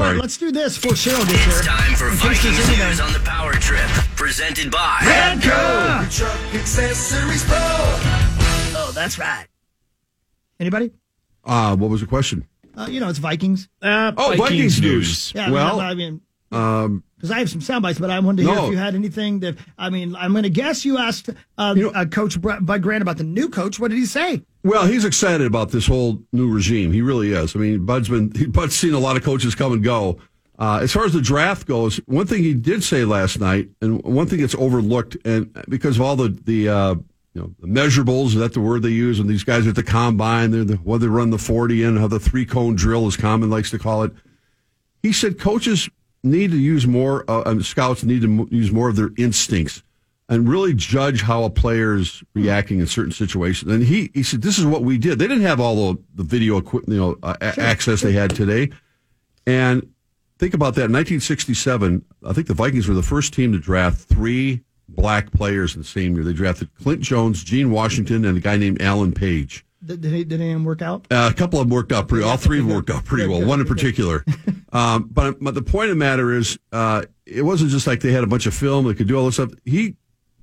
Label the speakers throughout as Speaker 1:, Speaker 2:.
Speaker 1: All
Speaker 2: sorry.
Speaker 1: right, let's do this for Cheryl gets here.
Speaker 3: It's time for
Speaker 1: In case there's
Speaker 3: Vikings
Speaker 1: anything.
Speaker 3: News on the Power Trip, presented by
Speaker 1: Radco.
Speaker 4: Truck Accessories Pro.
Speaker 1: Oh, that's right. Anybody?
Speaker 2: uh, what was the question?
Speaker 1: Uh, you know, it's Vikings.
Speaker 5: Uh,
Speaker 2: Oh, Vikings news.
Speaker 1: Yeah,
Speaker 2: well, um,
Speaker 1: I mean, because I have some sound bites, but I wanted to hear
Speaker 2: No.
Speaker 1: if you had anything that I mean. I'm going to guess you asked uh, uh, Coach Br- Bud Grant about the new coach. What did he say?
Speaker 2: Well, he's excited about this whole new regime. He really is. I mean, Bud's been he, Bud's seen a lot of coaches come and go. Uh, as far as the draft goes, one thing he did say last night, and one thing that's overlooked, and because of all the the uh, you know the measurables, is that the word they use, and these guys at the combine, they're the, whether they run the forty in, how the three cone drill, as Common likes to call it. He said coaches need to use more, uh, um, scouts need to m- use more of their instincts and really judge how a player's reacting in certain situations. And he, he said, this is what we did. They didn't have all the, the video equipment, you know, uh, a- access they had today. And think about that. In 1967, I think the Vikings were the first team to draft three black players in the same year. They drafted Clint Jones, Gene Washington, and a guy named Alan Page.
Speaker 1: Did, did, did any of them work out?
Speaker 2: Uh, a couple of them worked out pretty. All three of them worked out pretty well. One in particular. Um, but, but the point of the matter is, uh, it wasn't just like they had a bunch of film. They could do all this stuff. He,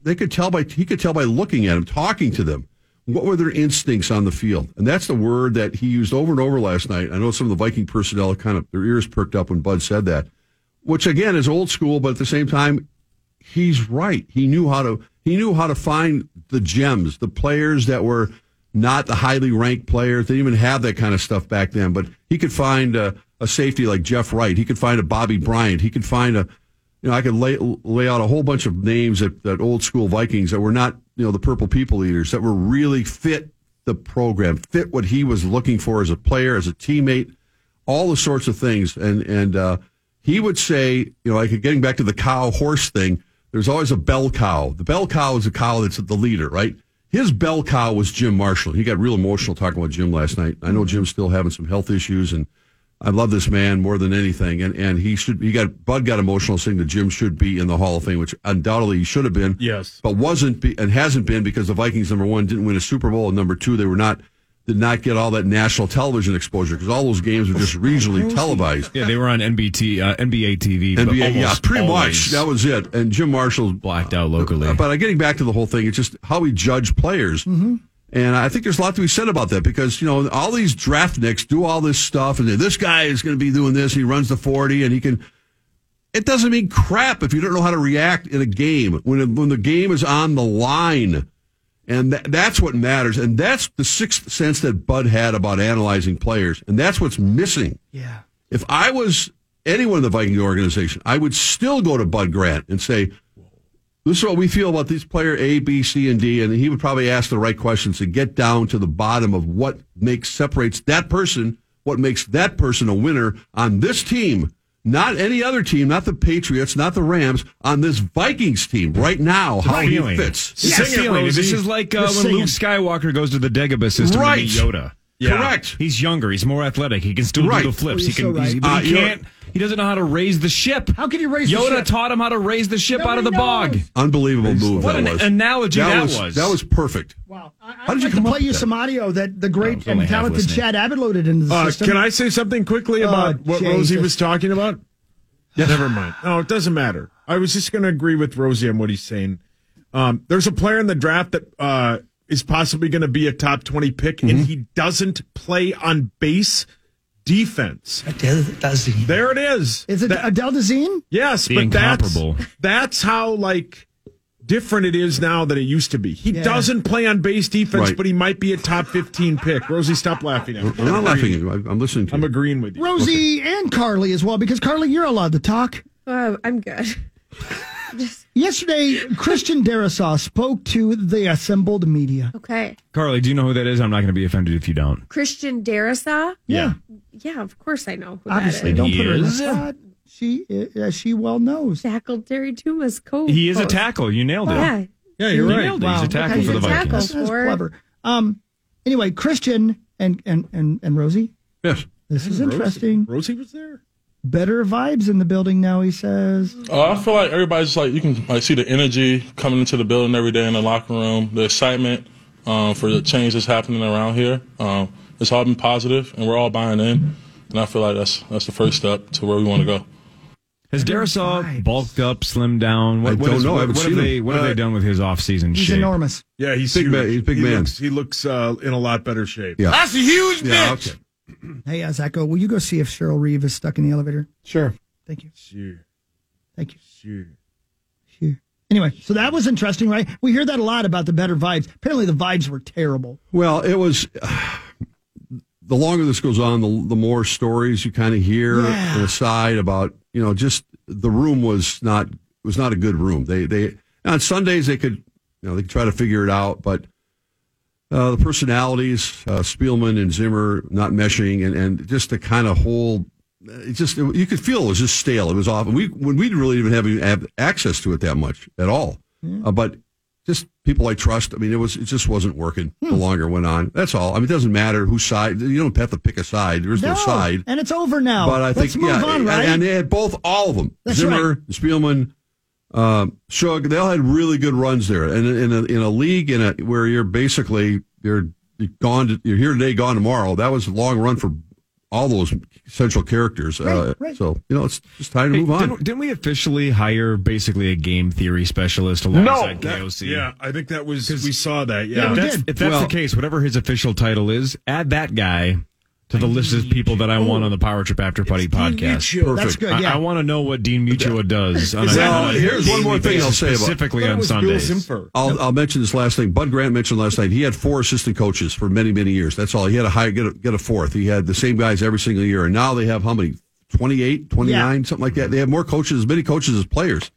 Speaker 2: they could tell by he could tell by looking at them, talking to them. What were their instincts on the field? And that's the word that he used over and over last night. I know some of the Viking personnel kind of their ears perked up when Bud said that, which again is old school, but at the same time, he's right. He knew how to he knew how to find the gems, the players that were not the highly ranked players. They didn't even have that kind of stuff back then. But he could find a, a safety like Jeff Wright. He could find a Bobby Bryant. He could find a you know I could lay lay out a whole bunch of names that, that old school Vikings that were not you know the purple people eaters that were really fit the program, fit what he was looking for as a player, as a teammate all the sorts of things. And and uh, he would say, you know, like getting back to the cow horse thing. There's always a bell cow. The bell cow is a cow that's the leader, right? His bell cow was Jim Marshall. He got real emotional talking about Jim last night. I know Jim's still having some health issues, and I love this man more than anything. And and he should he got Bud got emotional saying that Jim should be in the Hall of Fame, which undoubtedly he should have been.
Speaker 5: Yes.
Speaker 2: but wasn't be, and hasn't been because the Vikings number one didn't win a Super Bowl, and number two they were not did not get all that national television exposure because all those games were just regionally televised.
Speaker 5: Yeah, they were on NBT, uh, NBA TV. but
Speaker 2: NBA, yeah,
Speaker 5: almost
Speaker 2: pretty much
Speaker 5: always
Speaker 2: that was it. And Jim Marshall
Speaker 5: blacked out locally.
Speaker 2: but uh, getting back to the whole thing, it's just how we judge players. Mm-hmm. And I think there's a lot to be said about that because, you know, all these draft nicks do all this stuff and this guy is going to be doing this. He runs the 40 and he can. It doesn't mean crap if you don't know how to react in a game when, when the game is on the line. And tha- that's what matters. And that's the sixth sense that Bud had about analyzing players. And that's what's missing.
Speaker 1: Yeah.
Speaker 2: If I was anyone in the Viking organization, I would still go to Bud Grant and say, this is what we feel about these player A, B, C, and D, and he would probably ask the right questions to get down to the bottom of what makes separates that person, what makes that person a winner on this team, not any other team, not the Patriots, not the Rams, on this Vikings team right now, how he fits.
Speaker 5: It's
Speaker 1: Sing
Speaker 5: a
Speaker 1: it,
Speaker 5: feeling.
Speaker 1: Rosie.
Speaker 5: This is like uh,
Speaker 1: Just
Speaker 5: when
Speaker 1: sing
Speaker 5: Luke
Speaker 1: it.
Speaker 5: Skywalker goes to the Dagobah system
Speaker 2: Right.
Speaker 5: to meet Yoda.
Speaker 2: Correct.
Speaker 5: He's younger. He's more athletic. He can still
Speaker 2: Right.
Speaker 5: do the flips.
Speaker 1: Oh,
Speaker 5: he
Speaker 1: you're so
Speaker 5: can. he's-
Speaker 1: right.
Speaker 5: but he
Speaker 2: Uh, you're-
Speaker 5: can't. He doesn't know how to raise the ship.
Speaker 1: How can he raise the
Speaker 5: Yoda
Speaker 1: ship?
Speaker 5: taught him how to raise the ship out of the
Speaker 1: Nobody
Speaker 5: bog.
Speaker 1: knows.
Speaker 2: Unbelievable move
Speaker 5: What
Speaker 2: that
Speaker 5: an
Speaker 2: was.
Speaker 5: analogy that was.
Speaker 2: That was perfect.
Speaker 1: Wow. I, I'd
Speaker 2: How did you
Speaker 1: like
Speaker 2: come
Speaker 1: to
Speaker 2: up
Speaker 1: play
Speaker 2: with
Speaker 1: you
Speaker 2: that?
Speaker 1: some audio that the
Speaker 5: I
Speaker 1: great
Speaker 5: was
Speaker 1: and
Speaker 5: only half
Speaker 1: talented
Speaker 5: listening.
Speaker 1: Chad Abbott loaded into the
Speaker 6: Uh,
Speaker 1: system.
Speaker 6: can I say something quickly about
Speaker 1: Oh,
Speaker 6: what Rosie
Speaker 1: Jesus.
Speaker 6: was talking about? Never mind. No, it doesn't matter. I was just going to agree with Rosie on what he's saying. Um, there's a player in the draft that uh, is possibly going to be a top 20 pick,
Speaker 1: Mm-hmm.
Speaker 6: and he doesn't play on base defense. There it is.
Speaker 1: Is it
Speaker 6: That-
Speaker 1: Adele Dazeem?
Speaker 6: Yes,
Speaker 5: The
Speaker 6: but that's,
Speaker 5: incomparable.
Speaker 6: that's how like different it is now than it used to be. He
Speaker 1: Yeah.
Speaker 6: doesn't play on base defense,
Speaker 2: Right.
Speaker 6: but he might be a top 15 pick. Rosie, stop laughing at me.
Speaker 2: I'm not laughing at you. I- I'm listening to
Speaker 6: I'm
Speaker 2: you.
Speaker 6: agreeing with you.
Speaker 1: Rosie and Carly as well, because Carly, you're allowed to talk.
Speaker 7: Oh, I'm good.
Speaker 1: Yesterday, Christian Darisaw spoke to the assembled media.
Speaker 7: Okay.
Speaker 5: Carly, do you know who that is? I'm not going to be offended if you don't.
Speaker 7: Christian Darrisaw.
Speaker 1: Yeah.
Speaker 7: Yeah, of course I know who
Speaker 1: Obviously,
Speaker 7: that
Speaker 1: don't
Speaker 5: He
Speaker 1: put her in the
Speaker 5: is?
Speaker 1: spot. She, uh, she well knows.
Speaker 7: is. Tackled Terry Tuma's co.
Speaker 5: He is a tackle. You nailed it.
Speaker 7: Yeah.
Speaker 5: Yeah, you're
Speaker 1: right.
Speaker 5: Nailed it.
Speaker 1: Wow.
Speaker 5: He's a tackle
Speaker 7: He's
Speaker 5: for the
Speaker 7: a
Speaker 5: Vikings.
Speaker 7: tackle.
Speaker 1: That's, that's
Speaker 7: for-
Speaker 1: clever. Um, anyway, Christian and, and, and, and Rosie,
Speaker 2: Yes.
Speaker 1: this is interesting.
Speaker 6: Rosie was there.
Speaker 1: Better vibes in the building now, he says.
Speaker 5: Oh,
Speaker 8: Uh, I feel like everybody's like you can like see the energy coming into the building every day in the locker room, the excitement um, for the change that's happening around here. Um, it's all been positive, and we're all buying in. and I feel like that's that's the first step to where we want to go.
Speaker 5: Has
Speaker 1: vibes.
Speaker 5: Darisaw bulked up, slimmed down? What,
Speaker 2: I
Speaker 5: what
Speaker 2: don't
Speaker 5: is-
Speaker 2: know. I
Speaker 5: What,
Speaker 2: haven't
Speaker 5: what
Speaker 2: seen
Speaker 5: have they
Speaker 2: him.
Speaker 5: What have
Speaker 2: Uh,
Speaker 5: they done with his off-season
Speaker 1: He's
Speaker 5: shape?
Speaker 1: enormous.
Speaker 6: Yeah, he's
Speaker 2: Big
Speaker 6: huge.
Speaker 2: man- he's big
Speaker 6: he
Speaker 2: man.
Speaker 6: Looks, he looks uh, in a lot better shape.
Speaker 2: Yeah.
Speaker 9: That's a huge
Speaker 2: Yeah,
Speaker 9: bitch.
Speaker 2: okay.
Speaker 1: Hey, uh, Zacho, will you go see if Cheryl Reeve is stuck in the elevator?
Speaker 2: Sure.
Speaker 1: Thank you.
Speaker 6: Sure,
Speaker 1: Thank you.
Speaker 6: sure.
Speaker 1: Phew. Anyway, so that was interesting, right? We hear that a lot about the better vibes. Apparently, the vibes were terrible.
Speaker 2: Well, it was. the longer this goes on, the, the more stories you kind of hear
Speaker 1: Yeah.
Speaker 2: and aside about you know just the room was not was not a good room. They they on Sundays they could you know they could try to figure it out, but uh, the personalities uh, Spielman and Zimmer not meshing and and just the kind of whole. It just you could feel it was just stale. It was off. And we when we really didn't have, have access to it that much at all. Uh, but just people I trust. I mean, it was it just wasn't working. The longer it went on, that's all. I mean, it doesn't matter whose side. You don't have to pick a side. There is no, side.
Speaker 1: and it's over now.
Speaker 2: But I
Speaker 1: Let's
Speaker 2: think
Speaker 1: move
Speaker 2: yeah,
Speaker 1: on,
Speaker 2: and-
Speaker 1: right?
Speaker 2: and, they had both all of them.
Speaker 1: That's
Speaker 2: Zimmer,
Speaker 1: right.
Speaker 2: Spielman, um, Shug. They all had really good runs there, and in a, in a league in a where you're basically you're you're gone. To, you're here today, gone tomorrow. That was a long run for all those central characters. uh,
Speaker 1: Right, right.
Speaker 2: So you know, it's just time to
Speaker 5: Hey,
Speaker 2: move on.
Speaker 5: Didn't, didn't we officially hire basically a game theory specialist alongside
Speaker 6: That-
Speaker 5: KOC?
Speaker 6: yeah, I think that was we saw that. Yeah,
Speaker 1: we
Speaker 5: That's-
Speaker 1: did.
Speaker 5: If that's
Speaker 2: Well-
Speaker 5: the case, whatever his official title is, add that guy to the list of people that I want on the Power Trip After Party podcast.
Speaker 1: That's
Speaker 2: Perfect.
Speaker 1: good.
Speaker 5: I,
Speaker 1: Yeah.
Speaker 5: I want to know what Dean Mutua does. On
Speaker 2: that-
Speaker 5: on
Speaker 2: here's one
Speaker 5: daily
Speaker 2: more thing I'll
Speaker 5: basis,
Speaker 2: say about-
Speaker 5: specifically
Speaker 6: That
Speaker 5: on
Speaker 6: was Bill
Speaker 5: Sundays.
Speaker 6: Zimfer.
Speaker 2: I'll, I'll mention this last thing. Bud Grant mentioned last night. He had four assistant coaches for many, many years. That's all. He had a high, get a, get a fourth. He had the same guys every single year. And now they have how many? 28, 29, something like that. They have more coaches, as many coaches as players.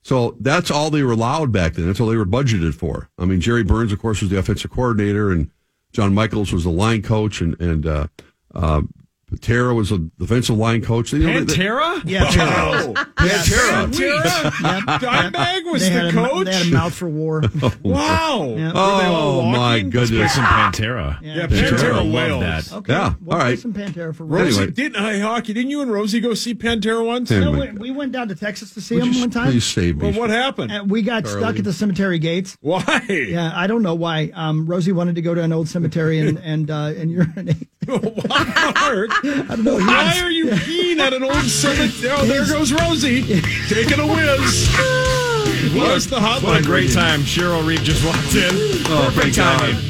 Speaker 2: So that's all they were allowed back then. That's all they were budgeted for. I mean, Jerry Burns, of course, was the offensive coordinator, and John Michaels was the line coach, and, and, uh, uh, Patera was a defensive line coach. You know, they- they-
Speaker 5: Pantera?
Speaker 1: yeah.
Speaker 6: Oh,
Speaker 2: Pantera.
Speaker 6: Dimebag was
Speaker 1: They had,
Speaker 6: the
Speaker 1: a,
Speaker 6: coach.
Speaker 1: they had a mouth for war.
Speaker 6: wow.
Speaker 1: Yeah.
Speaker 2: Oh, my
Speaker 5: Get
Speaker 2: goodness.
Speaker 5: some Pantera.
Speaker 6: Yeah,
Speaker 5: Pantera
Speaker 6: Pantera
Speaker 5: loved
Speaker 6: Wales.
Speaker 5: that.
Speaker 1: Okay.
Speaker 2: Yeah,
Speaker 1: We'll
Speaker 2: all
Speaker 1: play
Speaker 2: right.
Speaker 1: Some Pantera for
Speaker 2: Anyway.
Speaker 1: Rosie.
Speaker 6: Rosie, didn't I, hockey? Didn't you and Rosie go see Pantera once?
Speaker 2: Anyway.
Speaker 1: No, we, we went down to Texas to see
Speaker 2: Would
Speaker 1: him
Speaker 2: you
Speaker 1: one time.
Speaker 2: Please save me.
Speaker 6: Well, what happened?
Speaker 1: And we got stuck at the cemetery gates.
Speaker 6: Why?
Speaker 1: Yeah, I don't know why. Um, Rosie wanted to go to an old cemetery and and uh, and urinate.
Speaker 6: Why, Art?
Speaker 1: know. He
Speaker 6: Why
Speaker 1: was-
Speaker 6: are you peeing at an old cemetery? Oh, there goes Rosie taking a whiz. Where's the hotline?
Speaker 5: What a great time. Cheryl Reed just walked in.
Speaker 2: Oh, thank
Speaker 5: Perfect
Speaker 2: God.
Speaker 5: timing.